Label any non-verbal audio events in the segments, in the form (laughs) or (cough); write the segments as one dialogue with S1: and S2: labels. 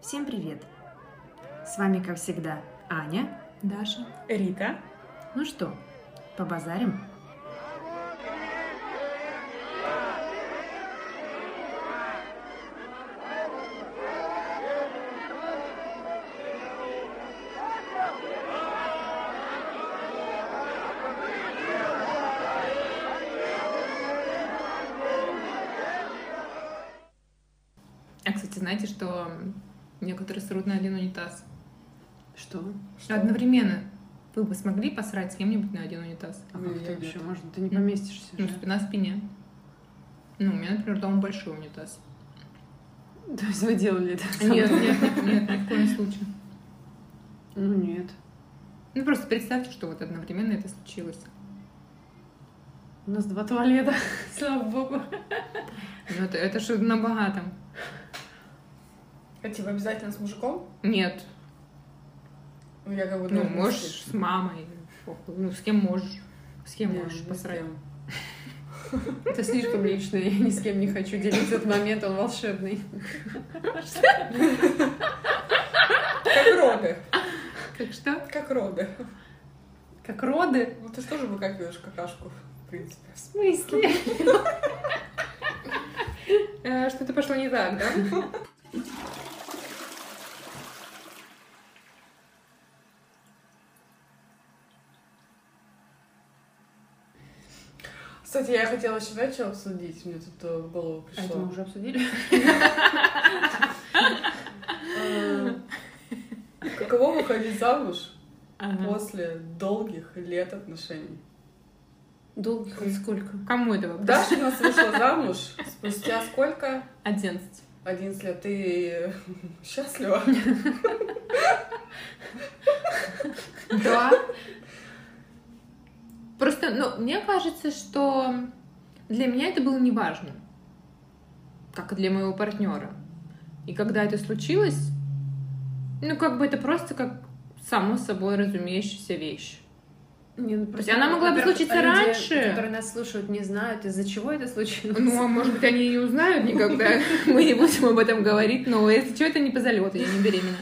S1: Всем привет! С вами, как всегда, Аня.
S2: Даша.
S3: Рита.
S1: Ну что, побазарим?
S3: А, кстати, знаете, что некоторые срут на один унитаз?
S1: Что?
S3: Одновременно. Вы бы смогли посрать с кем-нибудь на один унитаз?
S1: А
S2: Ну,
S1: как
S2: я
S1: так
S2: нет.
S1: вообще можно? Ты не поместишься
S3: Ну,
S1: же.
S3: спина спине. Ну, у меня, например, дома большой унитаз.
S1: (laughs) То есть вы делали это?
S3: Нет, нет, (laughs) нет, нет, ни в коем случае.
S1: Ну нет.
S3: Ну, просто представьте, что вот одновременно это случилось.
S1: У нас два туалета. (laughs)
S2: Слава богу.
S3: Ну, это, это же на богатом.
S4: А типа обязательно с мужиком?
S3: Нет,
S4: Ну, я как бы...
S3: ну,
S4: ну,
S3: можешь с мамой, похуй. ну, с кем можешь. С кем
S1: Не,
S3: можешь
S1: не
S3: посрать.
S1: Это слишком лично, я ни с кем не хочу делить этот момент, он волшебный.
S4: Как роды.
S3: Как что?
S4: Как роды.
S3: Как роды?
S4: Ну, ты же тоже выкакиваешь какашку, в принципе.
S3: В смысле? Э, Что-то пошло не так, да?
S4: Кстати, я хотела еще знаешь, что обсудить. Мне тут э, в голову
S1: А это мы
S4: пришло.
S1: уже обсудили?
S4: Э, А, Каково выходить замуж
S3: Ага.
S4: после долгих лет отношений?
S1: Долгих сколько?
S3: Кому это вопрос?
S4: Даша у нас вышла замуж спустя сколько?
S3: 11.
S4: 11 лет. Ты э, (laughs) счастлива?
S3: Да. Просто, ну, мне кажется, что для меня это было неважно, как и для моего партнера. И когда это случилось, ну, как бы это просто как само собой разумеющаяся вещь.
S1: Не, ну,
S3: есть она могла бы
S1: во-первых,
S3: случиться
S1: люди,
S3: раньше.
S1: которые нас слушают, не знают, из-за чего это случилось.
S3: Ну, а может быть, они и не узнают никогда. (laughs) Мы не будем об этом говорить, но если что, это не по залету, я не беременна.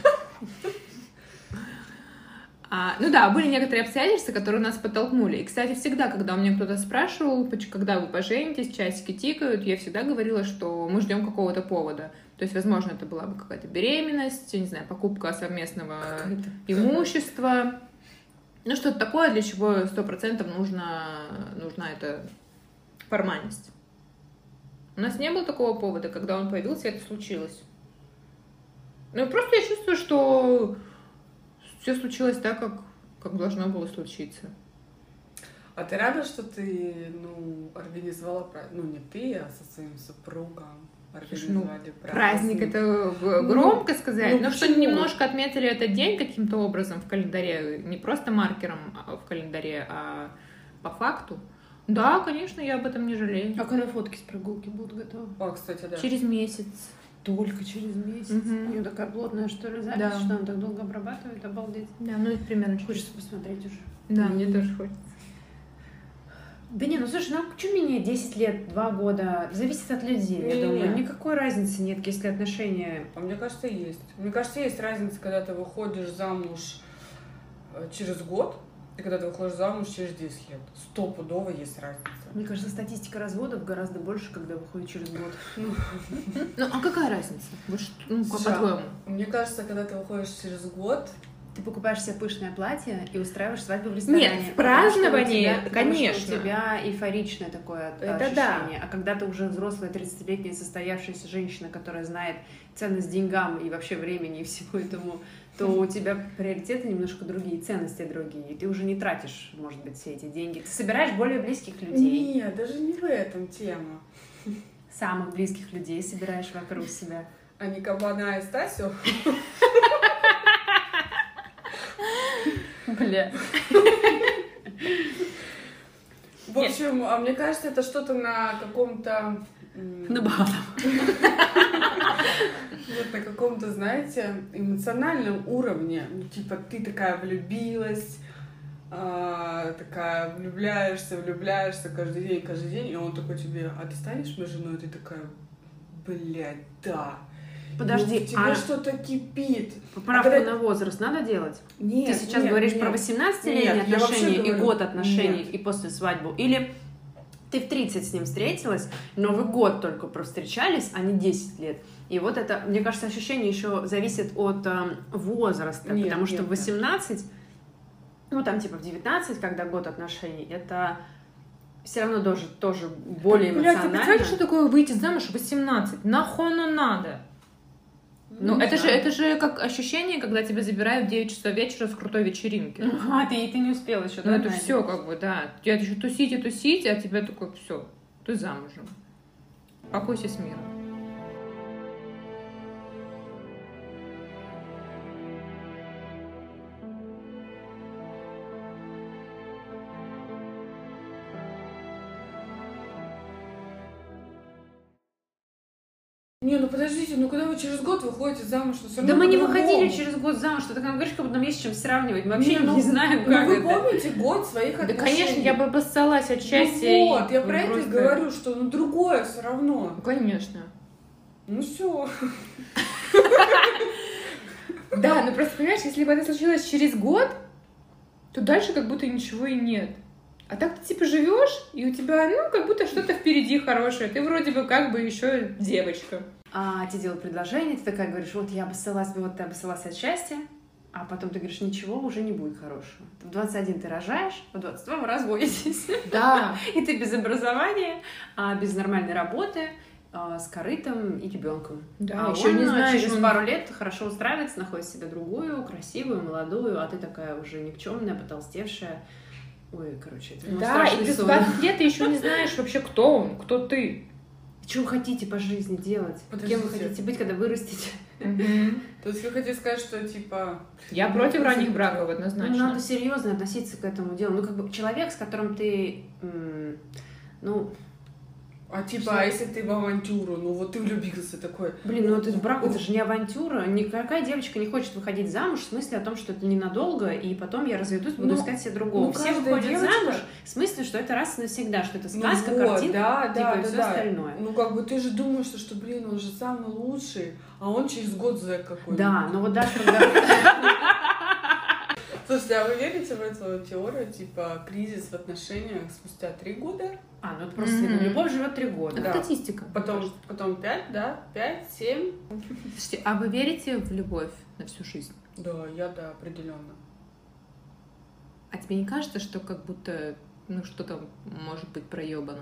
S3: А, ну да, были некоторые обстоятельства, которые нас подтолкнули. И, кстати, всегда, когда у меня кто-то спрашивал, поч- когда вы поженитесь, часики тикают, я всегда говорила, что мы ждем какого-то повода. То есть, возможно, это была бы какая-то беременность, я не знаю, покупка совместного
S1: Какая-то.
S3: имущества. Ну, что-то такое, для чего сто процентов нужна, нужна эта формальность. У нас не было такого повода, когда он появился, это случилось. Ну, просто я чувствую, что все случилось так, как, как должно было случиться.
S4: А ты рада, что ты, ну, организовала праздник? Ну, не ты, а со своим супругом
S3: Слушай, ну,
S4: организовали
S3: Праздник это г- громко сказать,
S4: ну
S3: но что
S4: почему?
S3: немножко отметили этот день каким-то образом в календаре, не просто маркером а, в календаре, а по факту. Да, конечно, я об этом не жалею.
S1: А когда фотки с прогулки будут готовы?
S4: А, кстати, да.
S3: Через месяц.
S1: Только через месяц.
S3: Мгм.
S1: У нее такая плотная, что ли, запись,
S3: Да.
S1: что она так долго обрабатывает, обалдеть.
S3: Да, ну это примерно
S1: Хочется посмотреть уже.
S3: Да, мне тоже хочется.
S1: Да не, ну слушай, нам что менее 10 лет, 2 года? Зависит от людей, я
S4: Не-не-не.
S1: думаю. Никакой разницы нет, если отношения...
S4: А мне кажется, есть. Мне кажется, есть разница, когда ты выходишь замуж э, через год и когда ты выходишь замуж через 10 лет. Стопудово есть разница.
S1: Мне кажется, статистика разводов гораздо больше, когда выходит через год.
S3: Ну, а какая разница? Вот что- ну, как
S4: Да.
S3: по-твоему?
S4: Мне кажется, когда ты выходишь через год,
S1: Ты покупаешь себе пышное платье и устраиваешь свадьбу в ресторане.
S3: Нет,
S1: Потому что у
S3: в праздновании,
S1: тебя- потому что
S3: конечно.
S1: у тебя эйфоричное такое от-
S3: Это да.
S1: ощущение. А когда ты уже взрослая, 30-летняя, состоявшаяся женщина, которая знает ценность деньгам и вообще времени и всему этому, то у тебя приоритеты немножко другие, ценности другие. И ты уже не тратишь, может быть, все эти деньги. Ты собираешь более близких людей.
S4: нет, даже не в этом тема.
S1: Самых близких людей собираешь вокруг себя.
S4: А не кабана и Стасю.
S1: Бля.
S4: В общем, а мне кажется, это что-то на каком-то... м, (laughs) Вот на каком-то, знаете, эмоциональном уровне. Ну, типа, ты такая влюбилась, а, такая влюбляешься, влюбляешься каждый день, каждый день, и он такой тебе, а ты станешь моей женой? И ты такая, блядь, да. Ну, в
S1: Подожди,
S4: тебе
S1: а
S4: что-то кипит.
S1: поправку
S4: когда-
S1: на возраст надо делать?
S4: Нет,
S1: Ты сейчас
S4: нет,
S1: говоришь
S4: нет.
S1: про 18-летние
S4: Нет, я вообще
S1: отношения и
S4: говорю,
S1: год отношений
S4: нет.
S1: и после свадьбу? Или ты в 30 с ним встретилась, Новый год только провстречались, а не 10 лет. И вот это, мне кажется, ощущение еще зависит от эм, возраста,
S4: Нет,
S1: потому что
S4: нет,
S1: в 18, ну там типа в 19, когда год отношений, это все равно тоже, тоже более
S3: Блядь, ты
S1: эмоционально.
S3: представляешь, что такое выйти замуж в 18? Нахуй оно надо? Ну,
S1: Не
S3: это же,
S1: знаю.
S3: это же как ощущение, когда тебя забирают в 9 часов вечера с крутой вечеринки.
S1: А, ты, ты не успела еще,
S3: Ну,
S1: да,
S3: это
S1: Надя?
S3: все как бы, да. Я еще тусить и тусить, а тебя такое, все, ты замужем. Покойся с миром.
S4: Не, ну подождите, ну когда вы через год выходите замуж, ну все равно
S1: Да мы не
S4: по-другому.
S1: выходили через год замуж, что ты нам говоришь, как будто нам есть с чем сравнивать. Мы вообще
S4: Не,
S1: не,
S4: ну-
S1: знаем,
S4: Ну,
S1: как
S4: вы
S1: это.
S4: помните год своих
S3: Да,
S4: отношений?
S3: конечно, я бы обоссалась от счастья.
S4: Ну
S3: и
S4: вот, я про это и
S3: просто-
S4: говорю, что ну другое все равно.
S3: Ну, Конечно.
S4: Ну все.
S3: Да, ну просто понимаешь, если бы это случилось через год, то дальше как будто ничего и нет. А так ты типа живешь, и у тебя, ну, как будто что-то впереди хорошее. Ты вроде бы как бы еще девочка.
S1: А тебе делают предложение, ты такая говоришь, вот я обоссалась, вот ты обоссалась от счастья, а потом ты говоришь, ничего уже не будет хорошего. В 21 ты рожаешь, в 22 вы разводитесь. (laughs)
S3: Да.
S1: И ты без образования, а без нормальной работы, а, с корытом и ребенком.
S3: Да,
S1: а
S3: еще
S1: он
S3: не знаешь.
S1: через
S3: он-
S1: пару лет хорошо устраивается, находит себе другую, красивую, молодую, а ты такая уже никчемная, потолстевшая. Ой, короче, это мой
S3: Да,
S1: страшный
S3: и плюс
S1: сон.
S3: 20 лет ты еще не знаешь вообще, кто он, кто ты.
S1: Что вы хотите по жизни делать? Кем вы
S4: Подождите.
S1: хотите быть, когда вырастете?
S4: То есть вы хотите сказать, что типа...
S3: Я против ранних браков, однозначно.
S1: Ну, надо серьезно относиться к этому делу. Ну, как бы человек, с которым ты, м, ну,
S4: А типа, а если ты в авантюру, ну вот ты влюбился такой.
S1: блин, ну этот брак это же не авантюра. Никакая девочка не хочет выходить замуж в смысле о том, что это ненадолго, и потом я разведусь, буду
S4: Ну,
S1: искать себе другого.
S4: ну,
S1: Все
S4: каждая
S1: выходят
S4: девочка-
S1: замуж в смысле, что это раз и навсегда, что это
S4: Ну
S1: сказка,
S4: вот,
S1: картинка,
S4: да,
S1: типа,
S4: да,
S1: и
S4: да,
S1: все
S4: да.
S1: остальное.
S4: Ну как бы ты же думаешь, что, что блин, он же самый лучший, а он через год зэк какой-то.
S1: Да, но вот даже когда...
S4: Слушайте, а вы верите в эту теорию, типа кризис в отношениях спустя три года,
S1: А, ну это просто
S3: Мгм.
S1: любовь живет три года.
S3: Это
S4: да.
S3: статистика.
S4: потом, потом пять, да, пять, семь?
S3: Слушайте, а вы верите в любовь на всю жизнь?
S4: Да, я да, определенно.
S3: А тебе не кажется, что как будто ну что-то может быть проебано?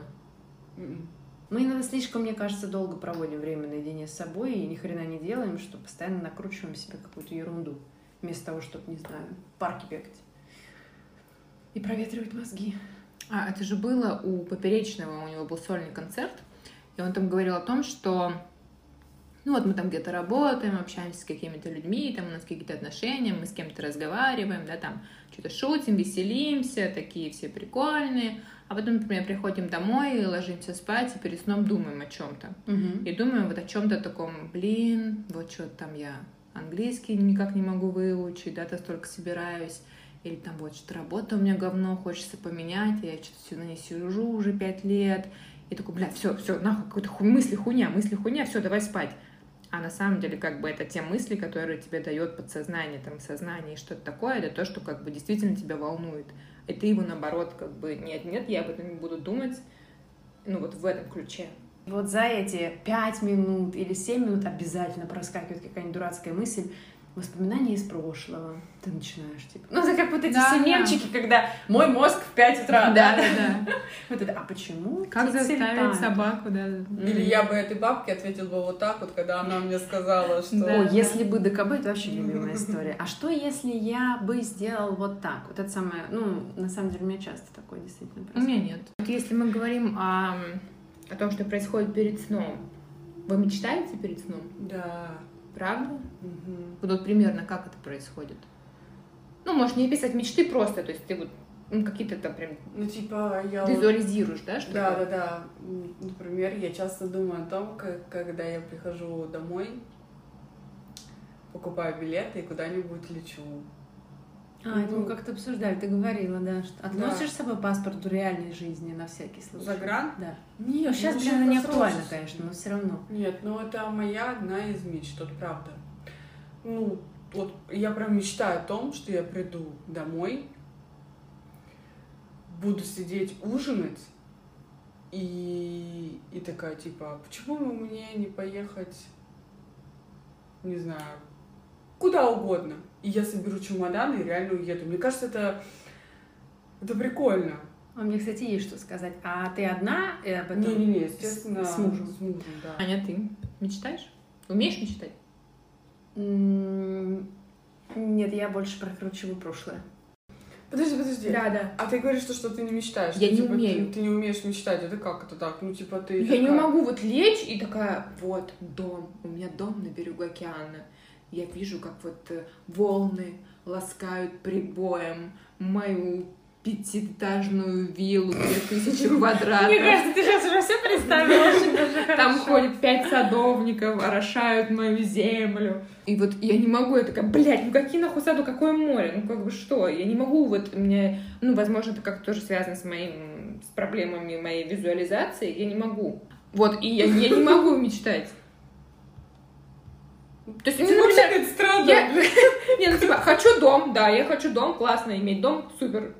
S4: М-м.
S1: Мы иногда слишком, мне кажется, долго проводим время наедине с собой и ни хрена не делаем, что постоянно накручиваем себе какую-то ерунду, вместо того, чтобы, не знаю, в парке бегать. И проветривать мозги.
S3: А это же было у Поперечного, у него был сольный концерт, и он там говорил о том, что ну вот мы там где-то работаем, общаемся с какими-то людьми, там у нас какие-то отношения, мы с кем-то разговариваем, да, там что-то шутим, веселимся, такие все прикольные. А потом, например, приходим домой и ложимся спать, и перед сном думаем о чем-то. И думаю вот о чем-то таком, блин, вот что-то там я английский никак не могу выучить, да, то столько собираюсь. Или там вот что-то работа у меня говно, хочется поменять, я что-то сюда не сижу уже пять лет. И такой, бля, все, все, нахуй, какой-то ху- мысли хуйня, мысли хуйня, все, давай спать. А на самом деле, как бы это те мысли, которые тебе дает подсознание, там, сознание и что-то такое, это то, что как бы действительно тебя волнует. И ты его наоборот, как бы, нет, нет, я об этом не буду думать, ну вот в этом ключе.
S1: И вот за эти пять минут или семь минут обязательно проскакивает какая-нибудь дурацкая мысль, воспоминания из прошлого. Ты начинаешь, типа... Ну, это как вот эти
S3: Да,
S1: все
S3: да.
S1: мемчики, когда мой мозг в 5 утра.
S3: да.
S1: Вот это, а почему?
S3: Как
S1: птицы
S3: заставить
S1: летают?»
S3: собаку, да.
S4: Или я бы этой бабке ответил бы вот так вот, когда она мне сказала, что...
S3: Да.
S1: О, если бы ДКБ, это вообще любимая история. А что, если я бы сделал вот так? Вот это самое, ну, на самом деле, у меня часто такое действительно
S3: У
S1: происходит.
S3: меня нет. Вот если мы говорим о, о том, что происходит перед сном, вы мечтаете перед сном?
S4: Да.
S3: Правда?
S4: Мгм.
S3: Вот, вот примерно как это происходит? Ну, можешь не писать мечты просто, то есть ты вот ну, какие-то там прям
S4: Ну, типа, я... вот-
S3: визуализируешь, да, что
S4: Да, да, да. М, Например, я часто думаю о том, как, когда я прихожу домой, покупаю билеты и куда-нибудь лечу.
S1: А, это мы
S4: Ну.
S1: как-то обсуждали, ты говорила, да. Что относишь с
S4: Да.
S1: собой паспорт в реальной жизни на всякий случай?
S4: Загран?
S1: Да. Не, сейчас,
S4: Ну,
S1: блин, она
S4: щас
S1: не актуально,
S4: просрочится.
S1: конечно, но все равно.
S4: Нет, ну это моя одна из мечт, вот правда. Ну, вот я прям мечтаю о том, что я приду домой, буду сидеть ужинать, и, и такая, типа, «А почему бы мне не поехать, не знаю, куда угодно? И я соберу чемодан и реально уеду. Мне кажется, это, это прикольно.
S1: А мне, кстати, есть что сказать. А ты одна э, об этом?
S4: Не-не-не, естественно,
S1: с мужем.
S4: С мужем, да.
S3: Аня, ты мечтаешь? Умеешь мечтать?
S1: М, Нет, я больше прокручиваю прошлое.
S4: Подожди, подожди.
S3: да.
S4: А ты говоришь, то, что ты не мечтаешь.
S3: Я
S4: Ты,
S3: не
S4: типа,
S3: умею.
S4: Ты, ты не умеешь мечтать. Это как это так? Ну, типа, ты...
S3: Я не
S4: такая-
S3: могу вот лечь и такая, вот дом, у меня дом на берегу океана. Я вижу, как вот э, волны ласкают прибоем мою пятиэтажную виллу, две
S4: (laughs)
S3: тысячи квадратов.
S1: ты сейчас уже все представила очень даже
S3: Там ходят пять садовников, орошают мою землю. И вот я не могу, я такая, блядь, ну какие нахуй саду, какое море, ну как бы что, я не могу, вот мне, ну, возможно, это как-то тоже связано с моим, с проблемами моей визуализации, я не могу. Вот, и я, я не могу мечтать. То есть,
S4: Ты
S3: ну,
S4: вообще
S3: например,
S4: какая-то странная.
S3: я... (laughs) Не, ну, типа, хочу дом, да, я хочу дом, классно иметь дом, супер.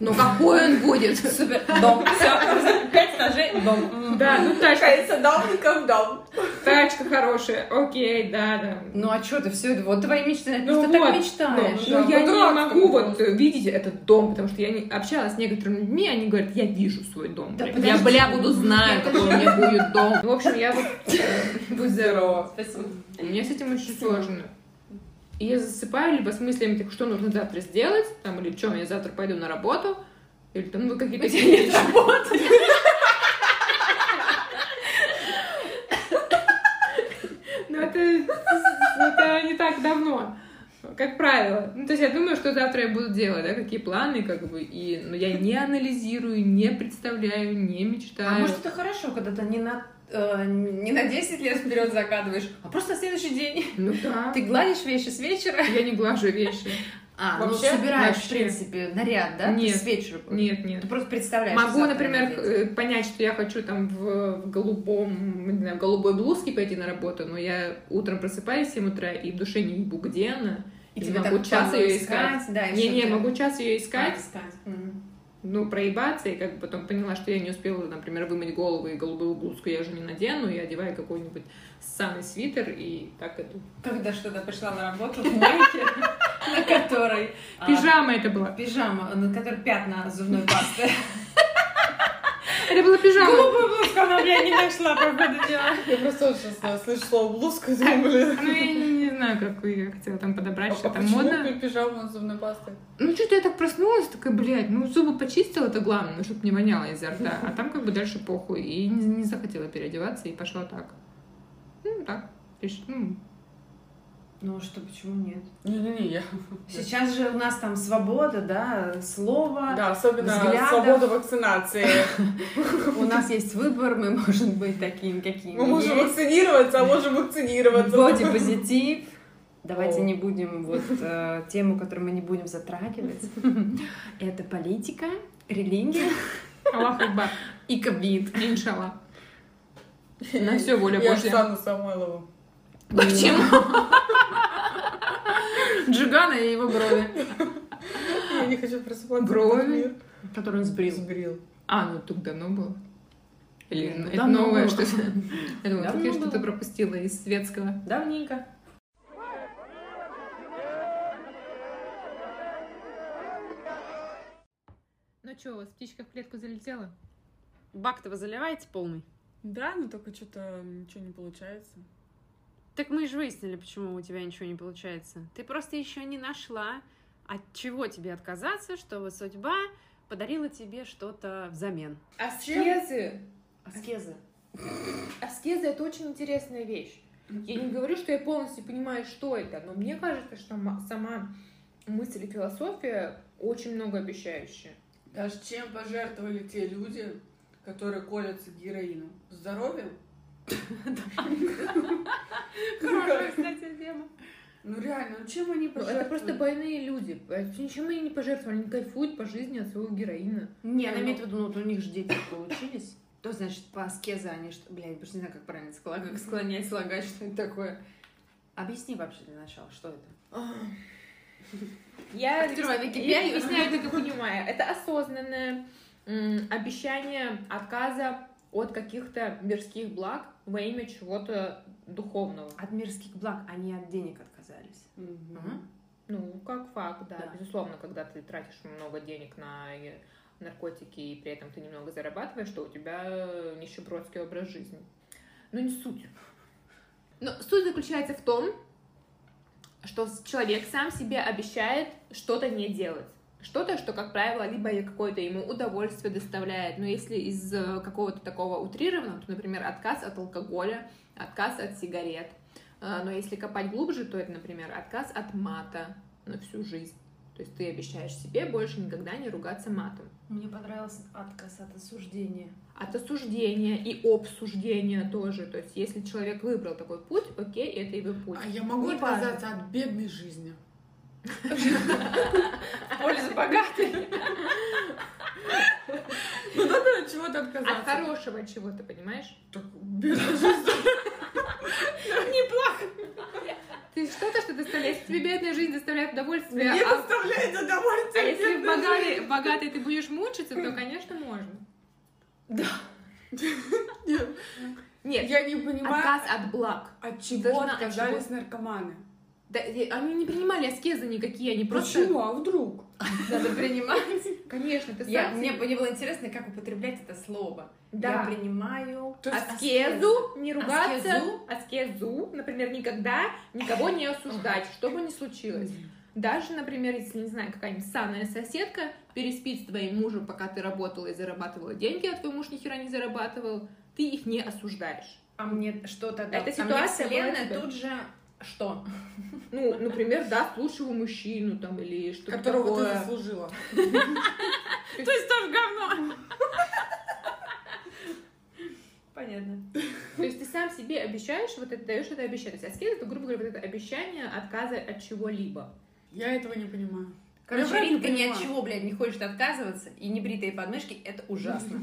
S3: Но какой он будет?
S1: Супер, дом, все, пять этажей, дом.
S3: (laughs) Да, ну тачка,
S4: садовником дом.
S3: тачка хорошая, окей, да, да.
S1: Ну а что ты все это? Вот твои мечты, наверное,
S3: Ну
S1: ты так
S3: вот,
S1: мечтаешь.
S3: Ну,
S4: Да,
S3: я
S4: по
S3: не
S4: дурацкому
S3: могу вот
S4: просто.
S3: э, видеть этот дом, потому что я не общалась с некоторыми людьми, они говорят, я вижу свой дом.
S1: Да
S3: блин.
S1: подожди.
S3: я, бля, буду знаю, какой у меня будет дом. В общем, я вот... э,
S4: Будь здорова.
S1: Спасибо.
S3: Мне с этим очень сложно. И я засыпаю либо с мыслями, так, что нужно завтра сделать, там, или чем я завтра пойду на работу, или там, ну, какие-то...
S1: работы.
S3: Ну, это, это не так давно, как правило. Ну, то есть я думаю, что завтра я буду делать, да, какие планы, как бы, и, но я не анализирую, не представляю, не мечтаю.
S1: А может это хорошо, когда ты не на э, не на 10 лет вперед закадываешь, а просто на следующий день.
S3: Ну да.
S1: Ты гладишь вещи с вечера.
S3: Я не глажу вещи.
S1: А,
S4: Вообще?
S1: ну собираешь,
S3: Вообще.
S1: в принципе, наряд, да? Ты
S3: Нет.
S1: с вечера.
S3: Нет, нет.
S1: Ты просто представляешь. что
S3: Могу,
S1: завтра
S3: например,
S1: надеть.
S3: э, понять, что я хочу там в, в голубом, не знаю, в голубой блузке пойти на работу, но я утром просыпаюсь в 7 утра и в душе не ебу, где она.
S1: И
S3: Я
S1: тебе
S3: могу
S1: так
S3: час
S1: по
S3: ее
S1: искать, Да, и
S3: Не,
S1: чтоб
S3: не,
S1: А ты-
S3: могу час ее искать,
S1: А, искать. Мгм.
S3: ну, проебаться, и как бы потом поняла, что я не успела, например, вымыть голову, и голубую блузку я уже не надену, и одеваю какой-нибудь ссаный свитер, и так это...
S1: Когда что-то пришла на работу в майке, (laughs) на которой... а,
S3: Пижама это была.
S1: Пижама, на которой пятна зубной пасты.
S3: Это была пижама.
S1: Глупую блузку она меня не нашла, походу дела.
S4: Я просто вот сейчас да, слышу слово блузка, (laughs) думаю, блин.
S3: Ну, я не, не знаю, как я хотела там подобрать, что
S4: а
S3: там
S4: почему
S3: модно.
S4: ты пижама с зубной пастой?
S3: Ну, что-то я так проснулась, такая, блядь, ну, зубы почистила, это главное, ну, чтобы не воняло изо рта. А там как бы дальше похуй. И не, не захотела переодеваться, и пошла так. Ну, так. То есть, ну,
S1: Ну а что, почему нет?
S4: Не-не-не, я...
S1: Сейчас же у нас там свобода, да, слово.
S4: Да, особенно
S1: Взглядов.
S4: свобода вакцинации.
S1: У нас есть выбор, мы можем быть такими, какими
S4: Мы можем
S1: есть.
S4: вакцинироваться, а можем вакцинироваться.
S1: Бодипозитив. Давайте
S4: О.
S1: не будем вот э, тему, которую мы не будем
S4: (laughs)
S1: затрагивать. Это политика, религия
S3: Аллах Акбар,
S1: и ковид.
S3: иншалла. На все воля
S4: Я
S3: Божья.
S4: Оксану Самойлову.
S3: Почему? Джигана и его брови.
S4: Я не хочу просыпаться.
S3: Брови.
S4: в этот мир.
S1: Который он сбрил.
S4: Сбрил.
S3: А, ну, тут давно было. Или
S1: Ну,
S3: это
S1: давно
S3: новое
S1: было.
S3: что-то. Я думаю,
S1: Давно
S3: я что-то
S1: было.
S3: пропустила из светского.
S1: Давненько.
S3: Ну что, у вас птичка в клетку залетела?
S1: Бак-то вы заливаете полный?
S4: Да, но только что-то ничего не получается.
S1: Так мы же выяснили, почему у тебя ничего не получается. Ты просто еще не нашла, от чего тебе отказаться, чтобы судьба подарила тебе что-то взамен.
S3: Аскезы
S1: Аскеза.
S3: Аскеза это очень интересная вещь. Я не говорю, что я полностью понимаю, что это, но мне кажется, что ма- сама мысль и философия очень многообещающая.
S4: Даже чем пожертвовали те люди, которые колятся героином? Здоровьем?
S1: Хорошая, кстати, тема.
S4: Ну реально, ну чем они
S3: Ну, это просто
S4: пожертвуют?
S3: больные люди. поэтому Ничем они не пожертвовали. Они кайфуют по жизни от своего героина.
S1: Не,
S4: Не,
S1: она
S4: ну-
S1: имеет в виду, ну вот у них же дети получились. То, значит, по аскезе они что... Бля, я просто не знаю, как правильно скло- как склонять, слагать, что это такое. Объясни вообще для начала, что это.
S3: Я
S1: Открывай
S3: объяс-
S1: Википедию.
S3: я объясняю, так и понимаю. Это осознанное м, обещание отказа от каких-то мирских благ во имя чего-то духовного.
S1: От мирских благ они от денег отказались.
S4: Мгм.
S1: Мгм.
S3: Ну, как факт, да.
S1: Да.
S3: Безусловно, когда ты тратишь много денег на э, наркотики и при этом ты немного зарабатываешь, то у тебя э, нищебродский образ жизни. Но не суть. Но суть заключается в том, что с- человек сам себе обещает что-то не делать. Что-то, что, как правило, либо какое-то ему удовольствие доставляет. Но если из э, какого-то такого утрированного, то, например, отказ от алкоголя, отказ от сигарет. Э, Но если копать глубже, то это, например, отказ от мата на всю жизнь. То есть ты обещаешь себе больше никогда не ругаться матом.
S1: Мне понравился отказ от осуждения.
S3: От осуждения и обсуждения тоже. То есть если человек выбрал такой путь, окей, это его путь.
S4: А я могу
S3: Не
S4: отказаться от
S3: (laughs)
S4: бедной жизни?
S1: В пользу богатых.
S4: Ну надо от чего-то отказаться.
S3: От хорошего чего-то, понимаешь?
S4: Так, бедная жизнь.
S3: Ты что-то, что доставляет, если тебе бедная жизнь доставляет удовольствие,
S4: Не
S3: а,
S4: доставляет
S3: а
S4: удовольствия.
S3: если в
S4: бедная
S3: богатой, богатой ты будешь мучиться, то, конечно, можно. (laughs)
S4: жизнь.
S3: Нет,
S4: Я не понимаю,
S3: отказ от благ.
S4: от чего
S3: Должна- от
S4: отказались наркоманы.
S3: Да, и они не принимали аскезы никакие, они просто...
S4: Почему? А вдруг?
S1: Надо принимать.
S3: Конечно, ты сам...
S1: Я-
S3: себе-
S1: Мне бы не было интересно, как употреблять это слово. Я
S3: Да.
S1: принимаю
S4: То есть
S3: Аскезу, не ругаться,
S1: Аскезу.
S3: аскезу. например, никогда никого не осуждать, что бы ни случилось. Даже, например, если, не знаю, какая-нибудь саная соседка переспит с твоим мужем, пока ты работала и зарабатывала деньги, а твой муж ни хера не зарабатывал, ты их не осуждаешь.
S1: А мне что-то...
S3: Эта
S1: а мне
S3: ситуация была
S1: вселенная
S3: тебе?
S1: тут же... Что?
S3: Ну, например, даст лучшего мужчину там или что-то
S4: которого ты
S3: такое.
S4: заслужила.
S3: То есть тоже говно.
S1: Понятно.
S3: То есть ты сам себе обещаешь, вот это даешь это обещание. То есть аскеза, это, грубо говоря, вот это обещание отказа от чего-либо.
S4: Я этого не понимаю. Я
S1: Короче,
S4: правильно
S1: Ритка ни от
S4: понимаю?
S1: чего, блядь, не хочет отказываться, и небритые подмышки — это ужасно.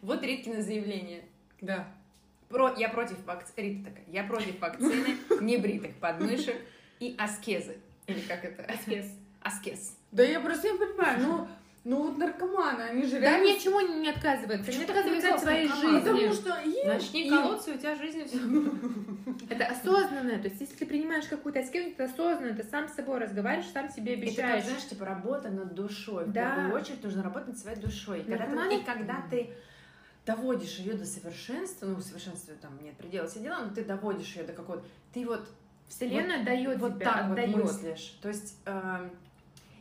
S1: Вот Риткино заявление.
S4: Да.
S1: Про, я против вакцины. Рита такая, я против вакцины, небритых подмышек и аскезы. Или как это?
S3: Аскез.
S1: Аскез.
S4: Да я просто не понимаю, ну, ну вот наркоманы, они же
S3: Да
S4: реально...
S3: ничего не не отказывается. Не
S1: Почему ты
S3: отказывается от
S1: назывался
S3: своей
S1: наркоманом?
S3: жизни.
S4: Потому что им...
S1: Начни
S4: им-
S1: колоться, и у тебя жизнь все.
S3: Это осознанное. То есть, если ты принимаешь какую-то аскезу, ты осознанно, ты сам с собой разговариваешь, сам себе
S1: Это как,
S3: обещаешь.
S1: знаешь, типа работа над душой. В
S3: Да.
S1: первую очередь нужно работать над своей душой. И Когда ты,
S3: Нормально.
S1: и когда ты доводишь ее до совершенства, ну, совершенства там нет предела, все дела, но ты доводишь ее до какого-то... Ты вот
S3: Вселенная дает
S1: вот
S3: тебя,
S1: так вот
S3: отдает.
S1: мыслишь. То есть эм,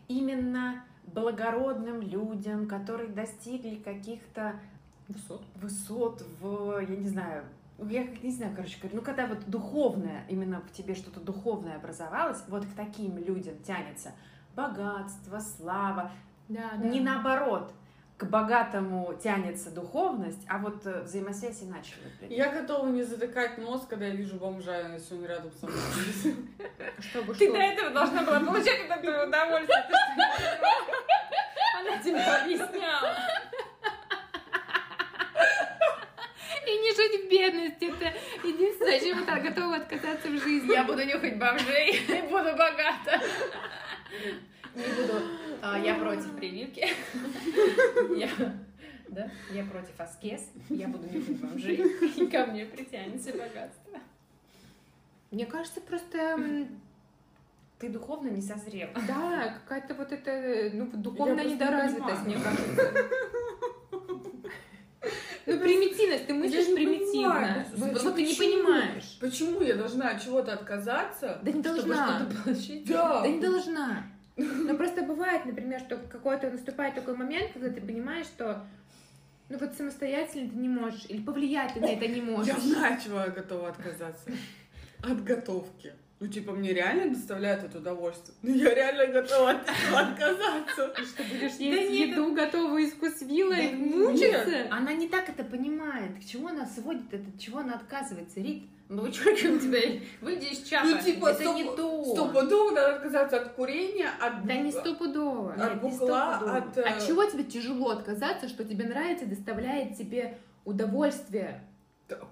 S1: именно благородным людям, которые достигли каких-то
S3: Высот.
S1: высот в, я не знаю, ну, я как не знаю, короче говоря, ну когда вот духовное, именно в тебе что-то духовное образовалось, вот к таким людям тянется богатство, слава,
S3: Да, да.
S1: не наоборот, к богатому тянется духовность, а вот э, взаимосвязь иначе. выглядит.
S4: Я готова не затыкать нос, когда я вижу бомжа, если он рядом со мной.
S3: Чтобы
S1: Ты
S3: что?
S1: до этого должна была получать вот это удовольствие. Ты что, не понимаешь? Она тебе объясняла.
S3: И не жить в бедности. Это единственное, чему ты готова отказаться в жизни.
S1: Я буду нюхать бомжей (laughs) и буду богата. Не буду. а, я против прививки. (laughs) Я, да, я против аскез. Я буду нюхать бомжей. И ко мне притянется богатство.
S3: Мне кажется, просто... м,
S1: Ты духовно не созрела.
S3: Да, какая-то вот эта ну, духовная
S4: просто не
S3: недоразвитость,
S4: понимаю.
S3: мне кажется. Ну, примитивность. Ты мыслишь
S4: не
S3: примитивно.
S4: понимаю.
S3: Вот
S4: Почему-
S3: вот ты не
S4: почему?
S3: понимаешь.
S4: (laughs) Почему я должна от чего-то отказаться?
S3: Да не должна.
S1: Чтобы что-то получить.
S4: Да.
S3: Да не должна. Но просто бывает, например, что какой-то наступает такой момент, когда ты понимаешь, что ну вот самостоятельно ты не можешь, или повлиять ты на это не
S4: Я
S3: можешь.
S4: знаю, от чего я готова отказаться. От готовки. Ну, типа, мне реально доставляет это удовольствие. Ну, я реально готова от этого отказаться.
S3: И что будешь есть
S1: Да нет,
S3: еду готовую из вкусвилла и
S4: Да
S3: мучиться?
S1: Она не так это понимает. К чему она сводит это? От чего она отказывается? Рит,
S3: Мы вычеркиваем тебя выйди из чата.
S4: Ну, типа,
S3: это
S4: стоп-
S3: не то.
S4: Стопудово надо отказаться от курения, от...
S3: Да не
S4: бу-
S3: стопудово.
S4: От
S3: Нет, не
S4: бухла,
S3: стопудово.
S4: от, э,
S3: От чего тебе тяжело отказаться, что тебе нравится, доставляет тебе удовольствие?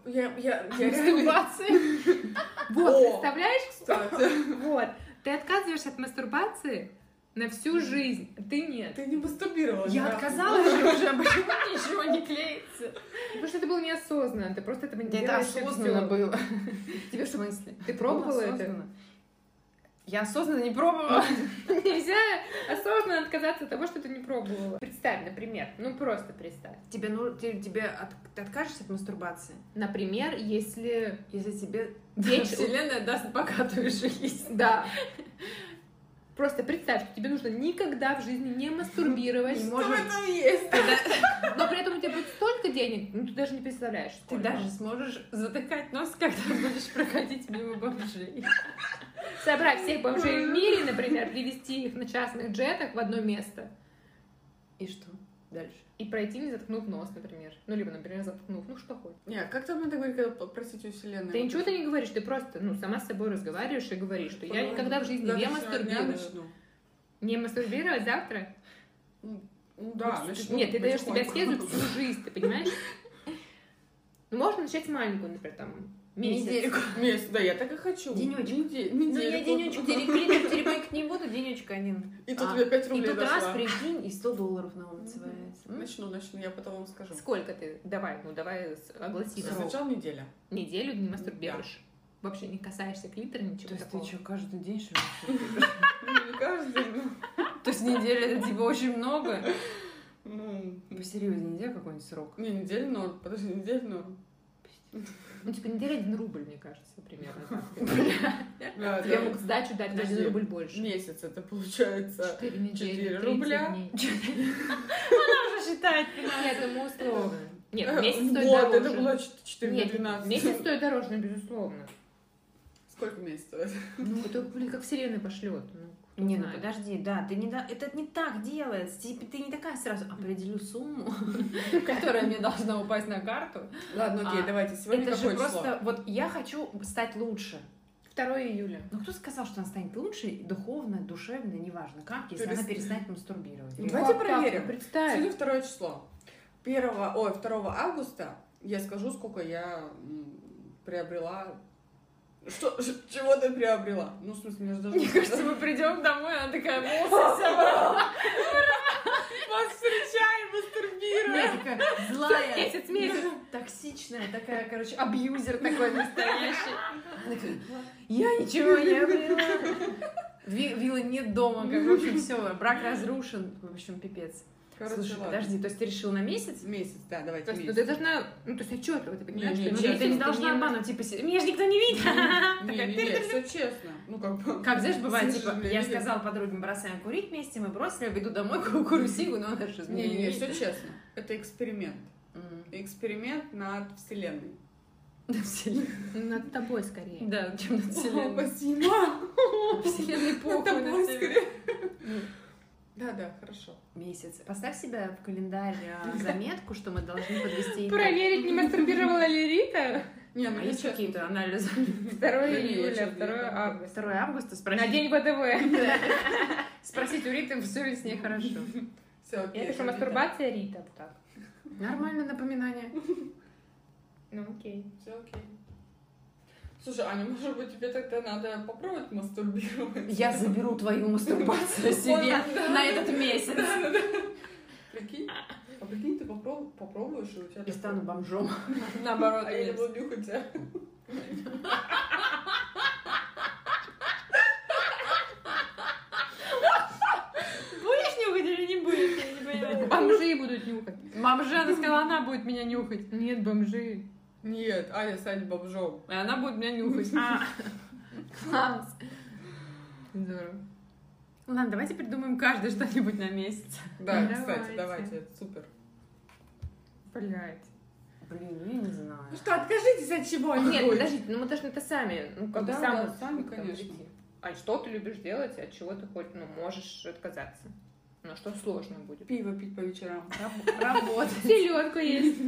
S4: Я, я, я реально...
S3: Мастурбации. Вот,
S4: О.
S3: представляешь?
S4: Кстати,
S3: (laughs) Вот. Ты отказываешься от мастурбации на всю жизнь, а ты нет.
S4: Ты не мастурбировала.
S1: Я
S4: да?
S1: (laughs) отказалась же уже, почему (laughs) ничего не клеится?
S3: Потому что это было неосознанно, ты просто этого не
S1: Это
S3: делаешь, и
S1: осознанно
S3: всё.
S1: было. (laughs) Тебе что мысли?
S3: Ты пробовала это?
S1: Я осознанно не пробовала.
S3: (laughs) Нельзя осознанно отказаться от того, что ты не пробовала. Представь, например, ну просто представь.
S1: Тебе, ну, те- тебе от- ты откажешься от мастурбации,
S3: Например, если
S1: если тебе (laughs)
S3: Дети-
S1: вселенная даст богатую жизнь.
S3: Да. (laughs) Просто представь, что тебе нужно никогда в жизни не мастурбировать,
S1: Не
S4: Что в
S1: можешь.
S4: этом есть?
S3: но при этом у тебя будет столько денег, ну ты даже не представляешь.
S1: Ты
S3: сколько.
S1: даже сможешь затыкать нос, когда (laughs) будешь проходить мимо бомжей.
S3: собрать всех бомжей в мире, например, привести их на частных джетах в одно место
S1: И что дальше?
S3: и пройти, не заткнув нос, например. Ну, либо, например, заткнув, ну что хоть.
S4: Не, а как там надо говорить, когда просить у вселенной?
S3: Ты ничего-то не говоришь, ты просто, ну, сама с собой разговариваешь и говоришь, что я никогда в жизни не
S4: Завтрашнего дня
S3: мастурбирую.
S4: начну.
S3: Не мастурбировать завтра?
S4: Ну Да,
S3: Ну,
S4: начну.
S3: Нет, ты даешь себе
S4: потихоньку.
S3: аскезу всю (laughs) жизнь, ты понимаешь? Ну, можно начать с маленькую, например, там, месяц.
S4: (laughs)
S1: Недельку.
S4: Месяц, да, я так и хочу.
S1: Денечек.
S4: Неде-
S1: Ну, я
S4: недельку.
S1: денечку теребить теребить не буду, денечка один.
S4: (laughs) И тут
S1: А,
S4: тебе 5
S1: И
S4: рублей
S1: тут раз,
S4: дошла.
S1: прикинь, и 100 долларов на улице
S4: Мгм.
S1: валяется. М?
S4: Начну, начну, я потом вам скажу.
S3: Сколько ты? Давай, ну давай с- огласи.
S1: Срок.
S3: нас.
S4: Сначала неделя.
S3: Неделю не мастурбируешь. Вообще не касаешься клитора, ничего
S1: То есть ты
S3: такого.
S1: что, каждый день что ли?
S4: Ну, не каждый, ну,
S1: То есть неделя это типа очень много?
S4: ну...
S1: Посерьезнее, неделя какой-нибудь срок?
S4: Не, неделя норм, подожди, неделя норм.
S3: Ну, типа, неделя один рубль, мне кажется, примерно.
S1: (laughs)
S3: так.
S4: Да,
S3: Тебе
S4: да.
S3: могут сдачу дать на
S4: Подожди.
S3: один рубль больше.
S4: Э, Месяц это получается.
S3: Четыре недели,
S4: Четыре
S3: 30
S4: рубля.
S3: дней.
S1: Она уже считает.
S3: Нет, ему условно.
S4: Э,
S3: Нет, месяц
S4: в
S3: стоит
S4: год, это было
S3: дороже.
S4: 4 на
S3: Нет,
S4: 12.
S3: месяц стоит дороже, ну, безусловно.
S4: Сколько месяц стоит?
S3: Ну, это, блин, как вселенная пошлет. Ну, кто
S1: Не, ну
S3: знает.
S1: подожди, да, ты не да, это не так делается. Типа ты не такая сразу определю сумму, (laughs) которая мне должна упасть на карту.
S4: Ладно, окей,
S1: А,
S4: давайте. Сегодня
S1: Это же
S4: какое число?
S1: просто, вот я хочу стать лучше.
S3: 2 июля.
S1: Но кто сказал, что она станет лучше духовно, душевно, неважно как, если
S4: Перест-
S1: она перестанет мастурбировать?
S4: Ну,
S3: (laughs)
S4: Давайте
S3: Как
S4: проверим.
S3: так? Представь.
S4: Сегодня второе число. 1, ой, 2 августа я скажу, сколько я м, приобрела. Что, ш- чего ты приобрела? Ну, в смысле, мне же даже...
S1: мы придем домой, она такая (laughs) волосы
S4: (laughs) Вас встречаем, мастурбируем!
S1: Нет, такая злая.
S3: Месяц, месяц.
S1: (laughs) Токсичная такая, короче, абьюзер такой
S3: (laughs)
S1: настоящий. Она такая, Я ничего не поняла. Ви- Виллы нет дома, как, в общем, все, брак разрушен, в общем, пипец.
S4: Короче,
S1: Слушай,
S4: ладно.
S1: подожди, то есть ты решил на месяц?
S4: Месяц, да,
S3: То
S4: давайте
S3: есть, ну,
S4: месяц.
S3: ты должна, ну, то есть отчетливо, ты понимаешь,
S4: Не,
S3: что
S4: не,
S3: ну,
S4: честно,
S3: ты
S1: Ты
S3: не
S1: не должна обманывать, типа, «Се- меня же никто не видит. Такая,
S4: Не-не-не,
S1: «Ты-ты-ты».
S4: все честно. Ну, как бы...
S1: Как, знаешь, бывает,
S4: Слушай,
S1: типа,
S4: блин,
S1: я
S4: видишь?
S1: сказал подруге, мы бросаем курить вместе, мы бросили, я веду домой, (laughs) ку- курю сигу, но она же из меня
S4: Не-не-не,
S1: не
S4: все честно. Это эксперимент.
S1: (laughs)
S4: Эксперимент над вселенной.
S1: видит.
S3: Над тобой скорее. (laughs)
S1: Да, чем над вселенной. (laughs)
S4: спасибо.
S1: Вселенной
S4: Это
S1: похуй на
S4: будет
S1: тебя.
S4: скорее. Да-да, хорошо.
S1: Месяц. Поставь себя в календарь (laughs) э, заметку, что мы должны подвести итог.
S3: Проверить, не мастурбировала ли Рита?
S1: (laughs)
S4: Не, ну
S1: А
S4: я
S1: есть
S4: честно.
S1: какие-то (laughs) анализы?
S3: 2
S4: не,
S3: июля,
S4: честно,
S3: 2
S4: я там-
S3: августа.
S1: 2 августа
S3: На
S1: спросить.
S3: день
S1: (laughs)
S3: ВДВ.
S1: Спросить у Риты, все ли с ней хорошо.
S4: Всё, окей,
S3: Это же
S4: Рита.
S3: мастурбация Рита. вот Так.
S1: (laughs) Нормальное напоминание.
S3: Ну, окей.
S4: Все окей. Слушай, Аня, может быть, тебе тогда надо попробовать мастурбировать?
S1: Я заберу твою мастурбацию (laughs) себе на этот месяц.
S4: Прикинь, а прикинь, ты попроб- попробуешь, и у тебя...
S1: И
S4: такое-
S1: стану
S4: (laughs)
S1: бомжом.
S3: Наоборот,
S4: А я люблю бюх у тебя.
S1: Будешь нюхать или не будешь? Я
S3: (laughs)
S1: не понимаю.
S3: Бомжи будут нюхать.
S1: Бомжа, она сказала, она будет меня нюхать.
S3: Нет, бомжи.
S4: Нет, Аня станет бомжом.
S1: И она будет меня нюхать. А,
S3: (laughs) Класс. Здорово.
S1: Ладно, давайте придумаем каждый что-нибудь на месяц.
S4: Да,
S3: Давайте.
S4: кстати, давайте, это супер.
S3: Блять.
S1: Блин, я не знаю.
S4: Ну что, откажитесь от чего-нибудь.
S3: Нет, подождите, ну мы должны это сами. Ну, как
S4: Да,
S3: бы сам-
S4: да, сами, конечно.
S3: прийти. А что ты любишь делать, от чего ты хоть, ну, можешь отказаться? Ну, что сложно будет?
S4: Пиво пить по вечерам.
S3: Ну,
S1: Раб- Работать.
S3: Селедку есть.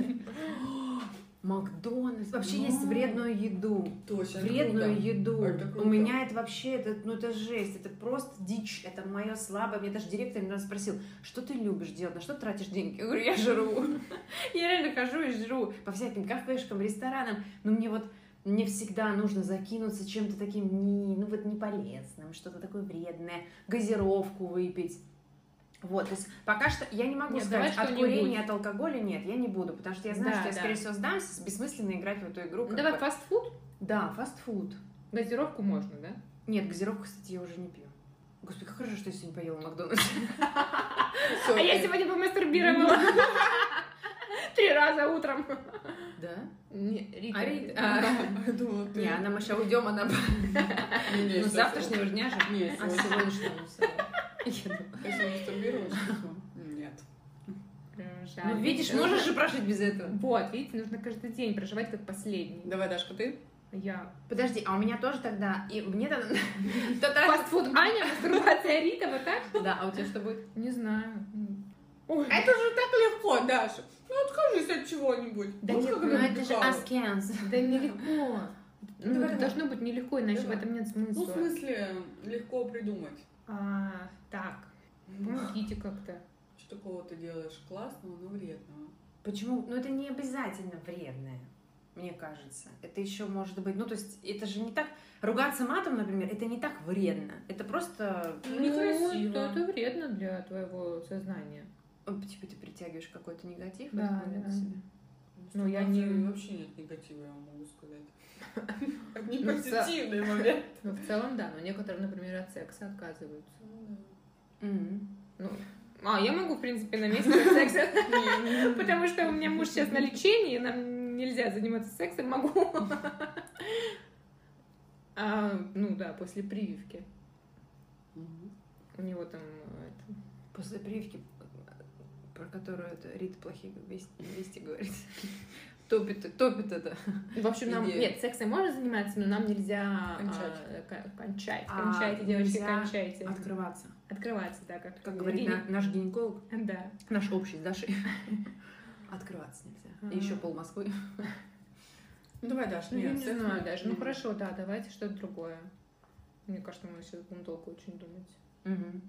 S1: Макдональдс. Ну. Вообще есть
S4: М.
S1: вредную еду.
S4: Точно.
S1: Вредную
S4: круто.
S1: еду.
S4: Это круто.
S1: У меня это вообще, это, ну это жесть, это просто дичь, это мое слабое. Меня даже директор недавно спросил, что ты любишь делать, на что тратишь деньги? Я говорю, я жру. (laughs) Я реально хожу и жру по всяким кафешкам, ресторанам. Но мне вот мне всегда нужно закинуться чем-то таким, не, ну вот не полезным, что-то такое вредное, газировку выпить. Вот, то есть пока что я не могу
S3: Нет, давай
S1: сказать, от
S3: что-нибудь.
S1: курения, от алкоголя нет, я не буду, потому что я знаю,
S3: Да,
S1: что я,
S3: да. Ну,
S1: скорее всего, сдамся, бессмысленно играть в эту игру. как
S3: Давай
S1: бы.
S3: фастфуд,
S1: Да, фастфуд.
S3: газировку можно, да?
S1: Нет, газировку, кстати, я уже не пью. Господи, как хорошо, что я сегодня поела (laughs) Макдональдс.
S4: Всё, ты-
S3: А сегодня помастурбировала. (laughs) Три раза утром.
S1: Да?
S3: Не, Рита.
S1: А Рита?
S4: Я думала, ты...
S1: Не, а она мы сейчас уйдем, она...
S4: Не, не,
S1: Ну, с
S4: всё,
S1: завтрашнего
S4: всё.
S1: же дня же.
S4: Нет,
S1: А с
S4: сегодня-
S1: сегодняшнего. ну, с- Я думаю.
S4: ты сегодня мастурбировала, что-то? Нет.
S1: Ну, видишь, можешь же прожить без этого.
S3: Вот, видите, нужно каждый день проживать как последний.
S4: Давай, Дашка, ты?
S3: Я.
S1: Подожди, а у меня тоже тогда... И мне тогда... (laughs) Тогда-
S3: Фастфуд Аня, мастурбация Рита, вот так?
S1: Да, а у тебя что будет?
S3: Не знаю.
S4: Ой, А это же так легко, Даша. Ну, откажись от чего-нибудь.
S3: Да
S4: Вот
S3: нет,
S4: как
S1: Ну,
S4: она
S1: это же
S4: бухала.
S1: Аскенс.
S3: Да нелегко. Ну,
S4: Давай,
S3: это
S4: давай.
S3: должно быть нелегко, иначе в
S4: Давай.
S3: этом нет
S4: Ну, в
S3: смысла.
S4: смысле, легко придумать.
S3: А, Так, помогите как-то.
S4: Что такого ты делаешь классного, но вредного?
S1: Почему? Ну, это не обязательно вредное, мне кажется. Это еще может быть... Ну, то есть, это же не так... Ругаться матом, например, это не так вредно. Это просто...
S4: Ну, некрасиво.
S3: это- это вредно для твоего сознания.
S1: Ну, Типа ты притягиваешь какой-то негатив. в
S3: Да,
S1: этот момент
S3: да.
S1: себе.
S3: Ну, я не-
S4: Мастурбации Вообще нет негатива, я вам могу сказать.
S1: (laughs)
S4: Одни
S3: Ну, в цел-
S4: позитивные моменты.
S3: Ну, в целом, да, но некоторые, например, от секса отказываются.
S1: Ну, Мгм.
S3: А, я могу, в принципе, на месте от секса,
S4: Не, не, не.
S3: потому что у меня муж сейчас на лечении, нам нельзя заниматься сексом,
S4: (laughs)
S3: могу. А, ну да, после прививки.
S4: Мгм.
S3: У него там э, это,
S1: После прививки, про которую это Рита плохие вести, вести (laughs) говорит. Топит, топит это.
S3: Ну, В общем, нам
S4: Идея.
S3: нет, сексом можно заниматься, но нам нельзя а,
S4: Кончать.
S3: ко- кончать.
S1: А,
S3: Кончайте, девочки,
S1: нельзя
S3: кончайте.
S1: Открываться.
S3: Открываться, да, как,
S1: Как говорит на- наш гинеколог,
S3: Да.
S1: наш общий с Дашей. (laughs) Открываться нельзя.
S3: А.
S1: И еще пол (laughs) Москвы.
S4: Ну, Давай, Даш,
S3: Ну, я
S4: нет.
S3: не
S4: секс
S3: знаю
S4: нет.
S3: даже. Ну хорошо, да, давайте что-то другое. Мне кажется, мы сейчас будем долго очень думать.
S1: Мгм.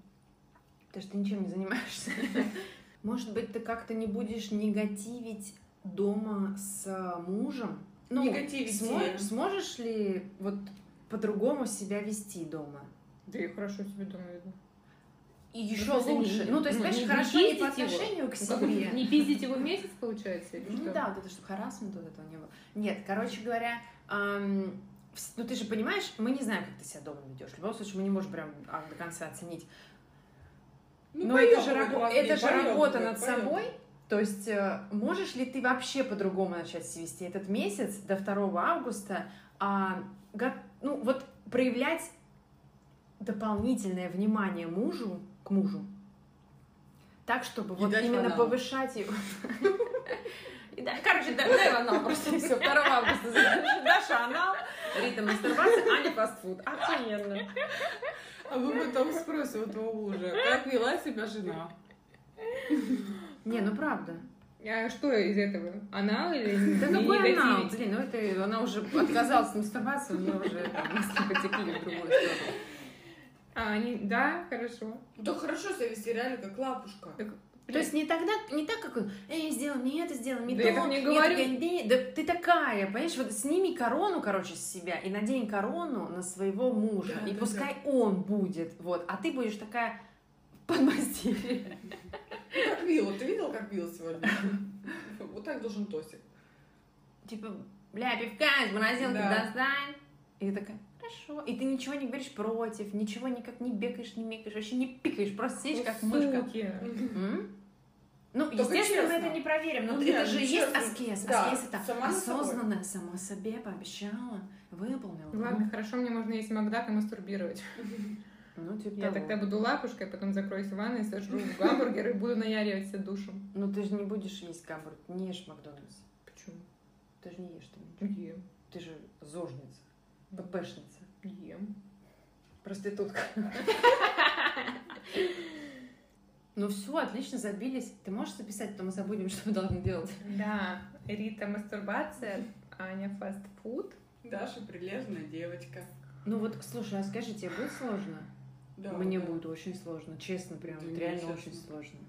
S1: Потому что ты ничем не занимаешься. (laughs) Может быть, ты как-то не будешь негативить дома с э, мужем? Ну,
S4: Ну, Негативить.
S1: смо- сможешь ли вот по-другому себя вести дома?
S3: Да и хорошо себе Ну, дома видно.
S1: И
S3: Ну,
S1: еще
S3: просто не-
S1: лучше. Ну, то есть,
S3: ну,
S1: знаешь,
S3: не- не
S1: хорошо не по
S3: пиздить его.
S1: отношению к
S3: Ну, как,
S1: себе.
S3: Не пиздить его месяц, получается, или
S1: Ну
S3: что?
S1: да, вот это, чтобы харасмент вот этого не было. Нет, короче говоря, ам, вс- ну ты же понимаешь, мы не знаем, как ты себя дома ведешь. В любом случае, мы не можем прям а, до конца оценить.
S4: Ну,
S1: Но это же,
S4: поёбывай,
S1: рабо-
S4: мозги,
S1: это же
S4: поёбывай,
S1: работа над
S4: поёбывай.
S1: собой. То есть, э, можешь ли ты вообще по-другому начать себя вести этот месяц до 2 августа, а, го- ну вот проявлять дополнительное внимание мужу к мужу, так чтобы
S4: И
S1: вот
S4: дать в
S1: именно
S4: анал.
S1: повышать его. И да, короче, да, дай в анал просто все, 2 августа. закажи. Даша анал, Рита мастурбация, Аня фастфуд. Охуенно.
S4: А вы потом спросите у твоего мужа, как вела себя жена?
S1: Не, ну правда.
S3: А что из этого? Анал или
S1: Да
S3: не
S1: какой она?
S3: негативить?
S1: Блин, ну это она уже отказалась от мастурбации, у нее уже там мысли потекли в другую сторону.
S3: А, они... Да, хорошо.
S4: Да хорошо себя вести, реально как лапушка.
S1: То есть не тогда, не так, как он, эй, сделай мне это, сделай мне
S3: Да
S1: то.
S3: я так не
S1: нет,
S3: говорю.
S1: я не- да ты такая, понимаешь, вот сними корону, короче, с себя и надень корону на своего мужа.
S4: Да,
S1: и
S4: да,
S1: пускай он будет, вот, а ты будешь такая подмастерье. (laughs)
S4: Как Вилла, ты видел, как Вилла сегодня? Вот так должен Тосик.
S1: Типа, бля, пивка из морозилки
S4: Да.
S1: достань. И ты такая, хорошо. И ты ничего не говоришь против, ничего никак не бегаешь, не мекаешь, вообще не пикаешь, просто сидишь как мышка.
S3: Суки.
S1: М? Ну,
S4: Только
S1: естественно, мы
S4: честно.
S1: это не проверим, но
S4: Ну,
S1: это
S4: нет,
S1: же
S4: ну,
S1: есть
S4: честно.
S1: аскез.
S4: Да,
S1: аскез это
S4: сама с собой.
S1: осознанно, само себе пообещала, выполнила.
S3: Ладно, хорошо, мне можно есть Макдак и мастурбировать.
S1: Ну, типа
S3: Я
S1: того.
S3: тогда буду лапушкой, а потом закроюсь в ванной, сожру (laughs) гамбургер и буду наяривать себя душем.
S1: Ну, ты же не будешь есть гамбург, не ешь Макдональдс.
S3: Почему?
S1: Ты же не ешь там ничего.
S3: Ем.
S1: Ты же зожница, ППшница,
S3: Ем.
S1: проститутка. (laughs) Ну все, отлично, забились. Ты можешь записать, то мы забудем, что мы должны делать.
S3: Да. Рита мастурбация,
S1: а
S3: Аня фастфуд.
S4: Даша прилежная девочка.
S1: Ну вот, слушай, а скажи, тебе будет сложно?
S4: Да,
S1: Мне
S4: да.
S1: будет очень сложно, честно, прям,
S4: Да
S1: вот
S4: не,
S1: реально
S4: честно.
S1: очень сложно.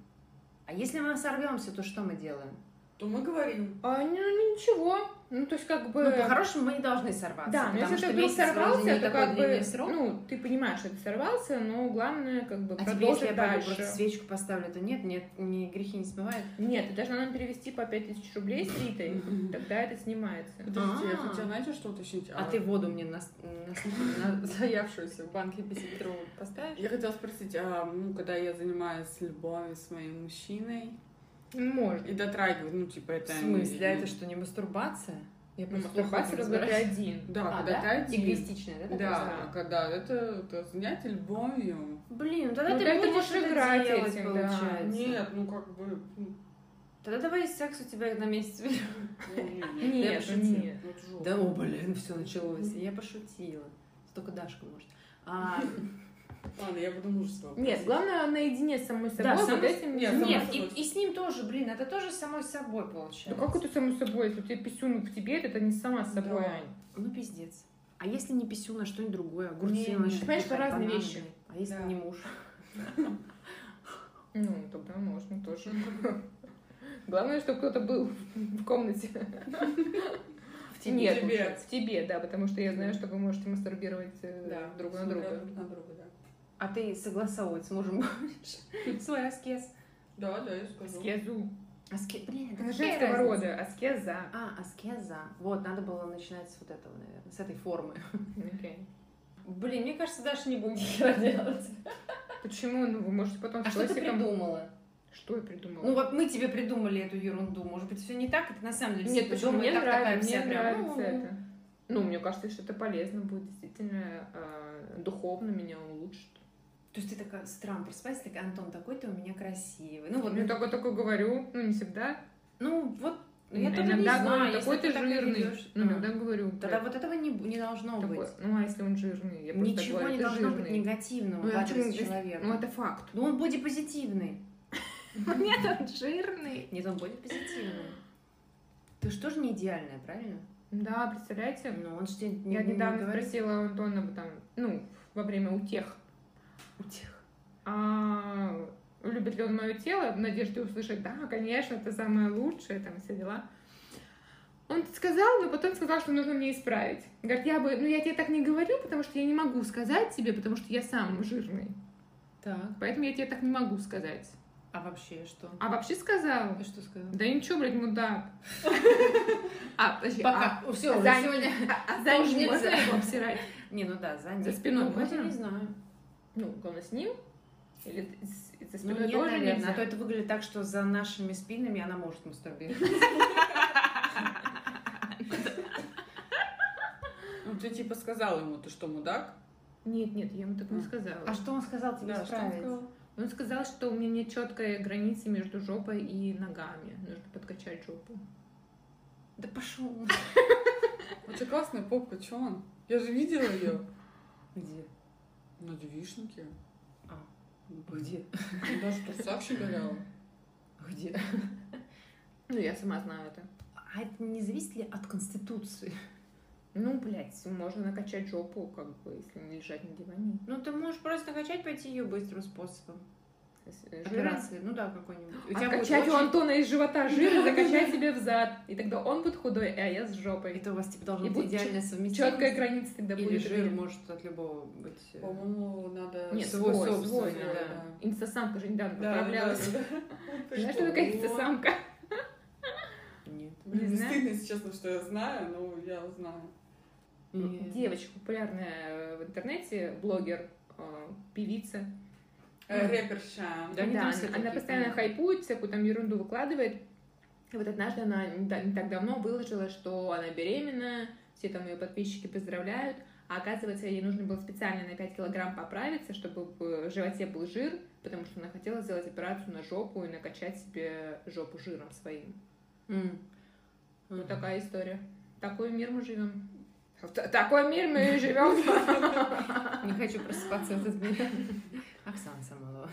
S1: А если мы сорвемся, то что мы делаем?
S4: То мы говорим.
S3: А, ну, ничего. Ну, то есть, как бы...
S1: Ну, по-хорошему, мы не должны сорваться.
S3: Да, но
S1: потому
S3: если
S1: что
S3: ты вдруг
S1: месяц вроде
S3: сорвался,
S1: не
S3: то
S1: такой
S3: как бы,
S1: длинный срок.
S3: ну, ты понимаешь, что ты сорвался, но главное, как бы,
S1: а тебе, если я
S3: продолжить
S1: пойду
S3: дальше.
S1: просто свечку поставлю, то нет, нет, не, грехи не смывает.
S3: Нет, ты должна нам перевести по 5000 рублей с Ритой, тогда это снимается.
S4: Подожди, я
S1: А.
S4: хотела, знаете, что уточнить?
S1: А ты воду мне на, на- на заявшуюся в банке 50-литровую поставишь?
S4: Я хотела спросить, а, ну, когда я занимаюсь любовью с моим мужчиной
S3: Ну, Можно.
S4: и дотрагиваюсь, ну, типа,
S1: В
S4: это...
S1: смысле? А
S4: не-
S1: это что, не мастурбация? Я
S3: Ну,
S1: просто плохо
S3: Мастурбация, как бы, ты (laughs)
S1: разбираюсь.
S3: один.
S4: Да,
S1: А,
S4: когда
S1: да?
S4: ты один.
S1: Эгоистичная, да? такая
S4: Да,
S1: штука?
S4: а когда это, это занятие любовью.
S1: Блин, ну тогда
S3: Ну,
S1: ты
S3: да,
S1: не
S3: ты
S1: будешь
S3: будешь
S1: это
S3: играть
S1: делать,
S3: этим, да.
S1: получается.
S4: Нет, ну как бы... ну,
S1: Тогда давай секс у тебя на месяц берем. (laughs)
S4: ну,
S3: Нет,
S1: Я пошутила.
S3: нет.
S4: вот жопа.
S1: Да, о, блин, все началось. Я пошутила. Только Дашка (laughs) может. А,
S4: Ладно, я буду мужество.
S3: Нет, главное наедине с самой собой,
S1: Да,
S3: вот
S1: самой-
S3: этим
S4: Нет,
S3: заниматься.
S1: нет,
S4: сама
S1: и,
S4: собой.
S1: и с ним тоже, блин, это тоже самой собой
S3: Да
S1: получается.
S3: как это само собой, если у тебя писюн в тебе, это не сама с собой,
S4: Да.
S3: Ань.
S1: Ну, пиздец. А если не писюн, а что-нибудь другое? Огурцы,
S4: Не,
S1: она
S4: не,
S1: что-то
S3: понимаешь, это
S1: такая,
S3: разные
S1: бананы.
S3: вещи.
S1: А если
S4: Да.
S1: не муж?
S3: Ну, тогда можно тоже. (laughs) Главное, чтобы кто-то был (laughs) в комнате.
S1: В
S3: Нет,
S4: тебе.
S3: в тебе, да, потому что я знаю, что вы можете мастурбировать э,
S4: Да,
S3: друг на друга.
S4: Друг на друга, да.
S1: А ты согласовывать с мужем будешь? (laughs) Свой аскез.
S4: Да, да, я скажу.
S3: Аскезу.
S1: Аскез, блин, это какая
S3: Это женского
S1: разница?
S3: рода. Аскеза.
S1: А, аскеза. Вот, надо было начинать с вот этого, наверное, с этой формы.
S3: Окей.
S1: Блин, мне кажется, Даша не будет (laughs) ничего делать.
S3: Почему? Ну, вы можете потом
S1: А
S3: с
S1: что ты
S3: классиком-
S1: придумала?
S3: Что я придумала?
S1: Ну вот мы тебе придумали эту ерунду. Может быть, все не так? Это на самом деле
S3: Нет,
S1: все
S3: почему?
S1: придумано,
S3: Мне
S1: так такая
S3: нравится,
S1: вся
S3: мне
S1: прям,
S3: нравится
S1: ну,
S3: это. Ну, мне кажется, что это полезно будет, действительно, э, духовно меня улучшит.
S1: То есть ты такая с утра просыпаешься, такая, Антон, такой ты у меня красивый. Ну вот,
S3: Ну,
S1: ну,
S3: только только говорю, ну, не всегда.
S1: вот, ну, я
S3: Я
S1: тоже не
S3: иногда
S1: знаю,
S3: говорю,
S1: если
S3: такой ты
S1: так и
S3: жирный.
S1: ведёшь.
S3: Ну,
S1: Ну,
S3: иногда говорю.
S1: Тогда
S3: блядь,
S1: вот этого не, не должно
S3: такой,
S1: быть.
S3: Ну, а если он жирный? Я просто
S1: Ничего
S3: говорю,
S1: не
S3: «Ты
S1: должно быть
S3: жирный».
S1: негативного
S3: Ну,
S1: в
S3: я почему-
S1: адрес человека.
S3: Ну, это факт.
S1: (laughs) Ну он бодипозитивный.
S3: Нет, он жирный.
S1: Нет, он бодипозитивный. Ты же тоже не идеальная, правильно?
S3: Да, представляете?
S1: Но он же тебе не,
S3: Я
S1: не
S3: недавно
S1: говорит.
S3: спросила у Антона об этом, ну, во время утех,
S1: У тех.
S3: а, любит ли он мое тело, в надежде услышать, да, конечно, это самое лучшее, там, все дела. Он сказал, но потом сказал, что нужно мне исправить. Говорит, я бы, ну, я тебе так не говорю, потому что я не могу сказать тебе, потому что я сам жирный.
S1: Так.
S3: Поэтому я тебе так не могу сказать.
S1: А вообще что?
S3: А вообще сказал,
S1: Ты что сказала?
S3: да ничего, блядь, мудак. А, подожди, а,
S1: Пока. Все, уже
S3: Зань-
S1: сегодня.
S3: а за
S1: Тоже
S3: ним можно
S1: нельзя.
S3: его обсирать?
S1: Не, ну да, за ним.
S3: За спиной
S1: Ну, хотя
S3: можно?
S1: не знаю.
S3: Ну, главное, с ним? Или с- за
S1: Ну,
S3: спиной
S1: нет,
S3: тоже
S1: наверное,
S3: нельзя?
S1: а то это выглядит так, что за нашими спинами она может мастурбировать.
S4: Ну, ты типа сказал ему, ты что, мудак?
S3: Нет, нет, я ему так не
S4: А.
S3: сказала.
S1: А что он сказал тебе
S4: Да, что он
S1: исправить?
S4: сказал?
S3: Он сказал, что у меня нет четкой границы между жопой и ногами. Нужно подкачать жопу.
S1: Да пошел.
S4: У тебя классная попка, чё он? Я же видела ее.
S1: Где?
S4: На девичнике.
S1: А.
S4: Ну, блин.
S1: Где?
S4: Ну, Даже в трусах щеголяла.
S1: Где?
S3: Ну, я сама знаю это.
S1: А это не зависит ли от конституции?
S3: Ну, блядь, можно накачать жопу, как бы, если не лежать на диване.
S1: Ну, ты можешь просто качать пойти ее быстрым способом.
S3: Если э, жира-
S1: Операции, ну да, какой-нибудь. У будет
S3: Откачать у
S1: очень-
S3: Антона из живота жир и закачать себе в зад. И тогда он будет худой, а я с жопой.
S1: Это у вас типа должно
S3: И
S1: быть
S3: будет
S1: идеальная совместимость.
S3: Четкая граница тогда
S1: Или
S3: будет.
S1: жир может от любого быть. э,
S4: По-моему, надо...
S3: Нет,
S1: свой
S3: свой, свой,
S1: собственный,
S3: да.
S1: да.
S3: Инстасамка же недавно
S4: Да,
S3: поправлялась.
S4: да, (laughs) да.
S3: Знаешь, что такое инстасамка?
S1: Нет.
S4: Блин,
S3: Не
S4: не
S3: знаю.
S4: стыдно, если честно, что я знаю, но я знаю.
S1: Нет.
S3: Девочка популярная в интернете, блогер, э, певица.
S4: Э,
S3: Мгм.
S4: Рэперша.
S1: Да, они там
S3: она-
S1: все
S3: она
S1: такие,
S3: постоянно
S1: понятно.
S3: хайпует, всякую там ерунду выкладывает. И вот однажды она не та- не так давно выложила, что она беременна, все там ее подписчики поздравляют, а оказывается, ей нужно было специально на 5 килограмм поправиться, чтобы в животе был жир, потому что она хотела сделать операцию на жопу и накачать себе жопу жиром своим.
S1: М.
S3: Вот такая история. Такой мир мы живем. Такой мир мы и живем.
S1: Не хочу просыпаться в этот
S3: (laughs)
S1: мир. (laughs) Оксана Самойлова.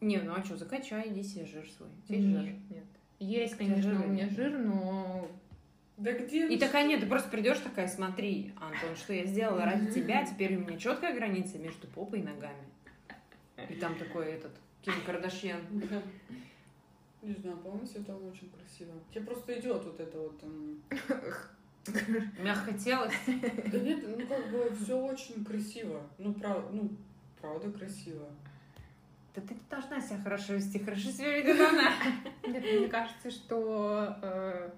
S1: Не, ну а что, закачай, иди себе жир свой. Тебе жир.
S3: Нет. Есть,
S1: У тебя
S3: конечно,
S1: жира
S3: у меня
S1: нет.
S3: жир, но (laughs)
S4: Да где?
S1: И такая, нет, ты просто придешь такая, смотри, Антон, что я сделала ради тебя, теперь у меня четкая граница между попой и ногами. И там такой этот Ким Кардашьян.
S4: Да. (laughs) Не знаю, по-моему, все там очень красиво. Тебе просто идет вот это вот там.
S1: Мягко тело.
S4: Да нет, ну как бы все очень красиво. Ну, прав... ну правда красиво.
S1: Да ты не должна себя хорошо вести, хорошо себя ведет она.
S3: Да, мне кажется, что э,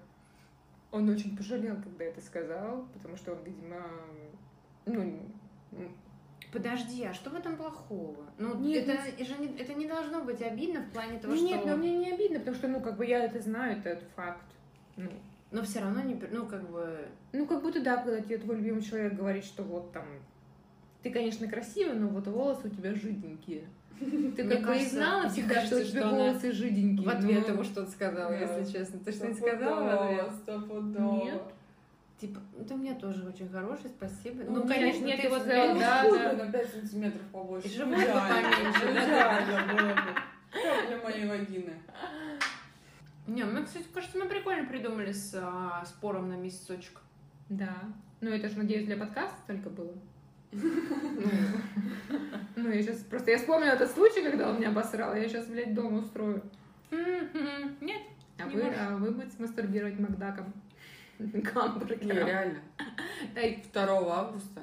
S3: он очень пожалел, когда это сказал, потому что он, видимо, ну, м,
S1: Подожди, а что в этом плохого? Ну,
S3: Нет,
S1: это, же не, это не должно быть обидно в плане того,
S3: ну,
S1: что...
S3: нет, но мне не обидно, потому что, ну, как бы я это знаю, это, это факт. Ну,
S1: Но все равно не... пер- Ну, как бы...
S3: ну, как будто да, когда тебе твой любимый человек говорит, что вот там, ты, конечно, красивый, но вот волосы у тебя жиденькие. Ну, Ты
S1: Мне
S3: как бы и
S1: кажется-
S3: знала
S1: мне
S3: всегда,
S1: кажется,
S3: что у тебя
S1: что она
S3: волосы жиденькие.
S1: В ответ
S3: но-
S1: ему что-то сказала,
S4: Да.
S1: если честно. Ты что не сказала в ответ?
S4: Стопудово.
S3: Нет.
S1: Типа, ты у меня тоже очень хороший, спасибо.
S3: Ну,
S1: Ну,
S3: конечно,
S1: конечно,
S3: нет,
S1: ты
S3: я
S1: вот... э,
S3: сказала,
S1: прям-
S3: да,
S4: Хуй
S3: да.
S4: бы на 5 сантиметров побольше.
S1: И живот бы
S4: Идеально.
S1: поменьше, да,
S4: Идеально было бы. Капля моей вагины.
S1: Не, мы, кстати, кажется, мы прикольно придумали с а, спором на (laughs) месяцочек.
S3: Да. Ну, это же, надеюсь, для подкаста только было. Ну, Ну, я сейчас просто... Я вспомнила этот случай, когда он меня обосрал. Я сейчас, блядь, дома устрою.
S1: М-м-м, Нет?
S3: А
S1: Не
S3: вы,
S1: можешь.
S3: а вы будете мастурбировать Макдаком.
S4: Не,
S3: Гамбургером.
S4: реально.
S3: (laughs) Эй,
S4: 2 августа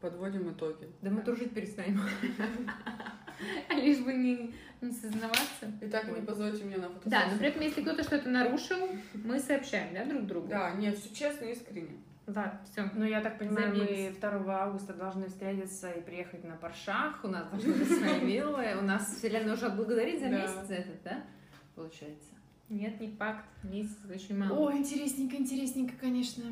S4: подводим итоги.
S1: Да мы дружить перестанем.
S3: а (laughs) Лишь бы не, не сознаваться.
S4: Итак, не позовете меня на фотосессию.
S3: Да, но при этом, если кто-то что-то нарушил, мы сообщаем, да, друг другу?
S4: Да, нет, все честно и искренне.
S3: Ладно, все.
S1: Ну, я так понимаю, мы
S3: Забить.
S1: 2 августа должны встретиться и приехать на паршах. У нас должны быть (laughs) свои милые. У нас Вселенная уже отблагодарит за
S4: Да.
S1: месяц этот, да? Получается.
S3: Нет, не факт. Месяц очень мало.
S1: О, интересненько, интересненько, конечно.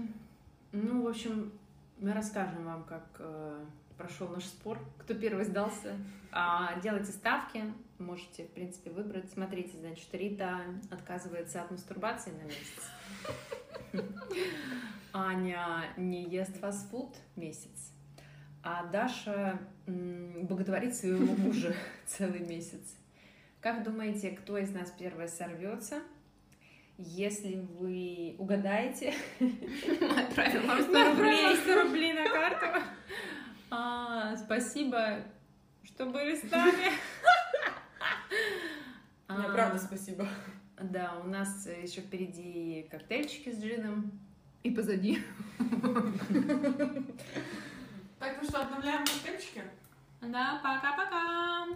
S1: Ну, в общем, мы расскажем вам, как э, прошел наш спор, кто первый сдался. А, делайте ставки, можете, в принципе, выбрать. Смотрите, значит, Рита отказывается от мастурбации на месяц. Аня не ест фастфуд месяц. А Даша м, боготворит своего мужа (laughs) целый месяц. Как думаете, кто из нас первая сорвется? Если вы угадаете, (laughs) мы отправим вам 100 рублей, 100 рублей на карту. А, спасибо, что были с нами.
S4: Мне
S1: А,
S4: правда спасибо.
S1: Да, у нас еще впереди коктейльчики с джином.
S3: И позади.
S4: Так, ну что, обновляем коктейльчики?
S3: Да, пока-пока.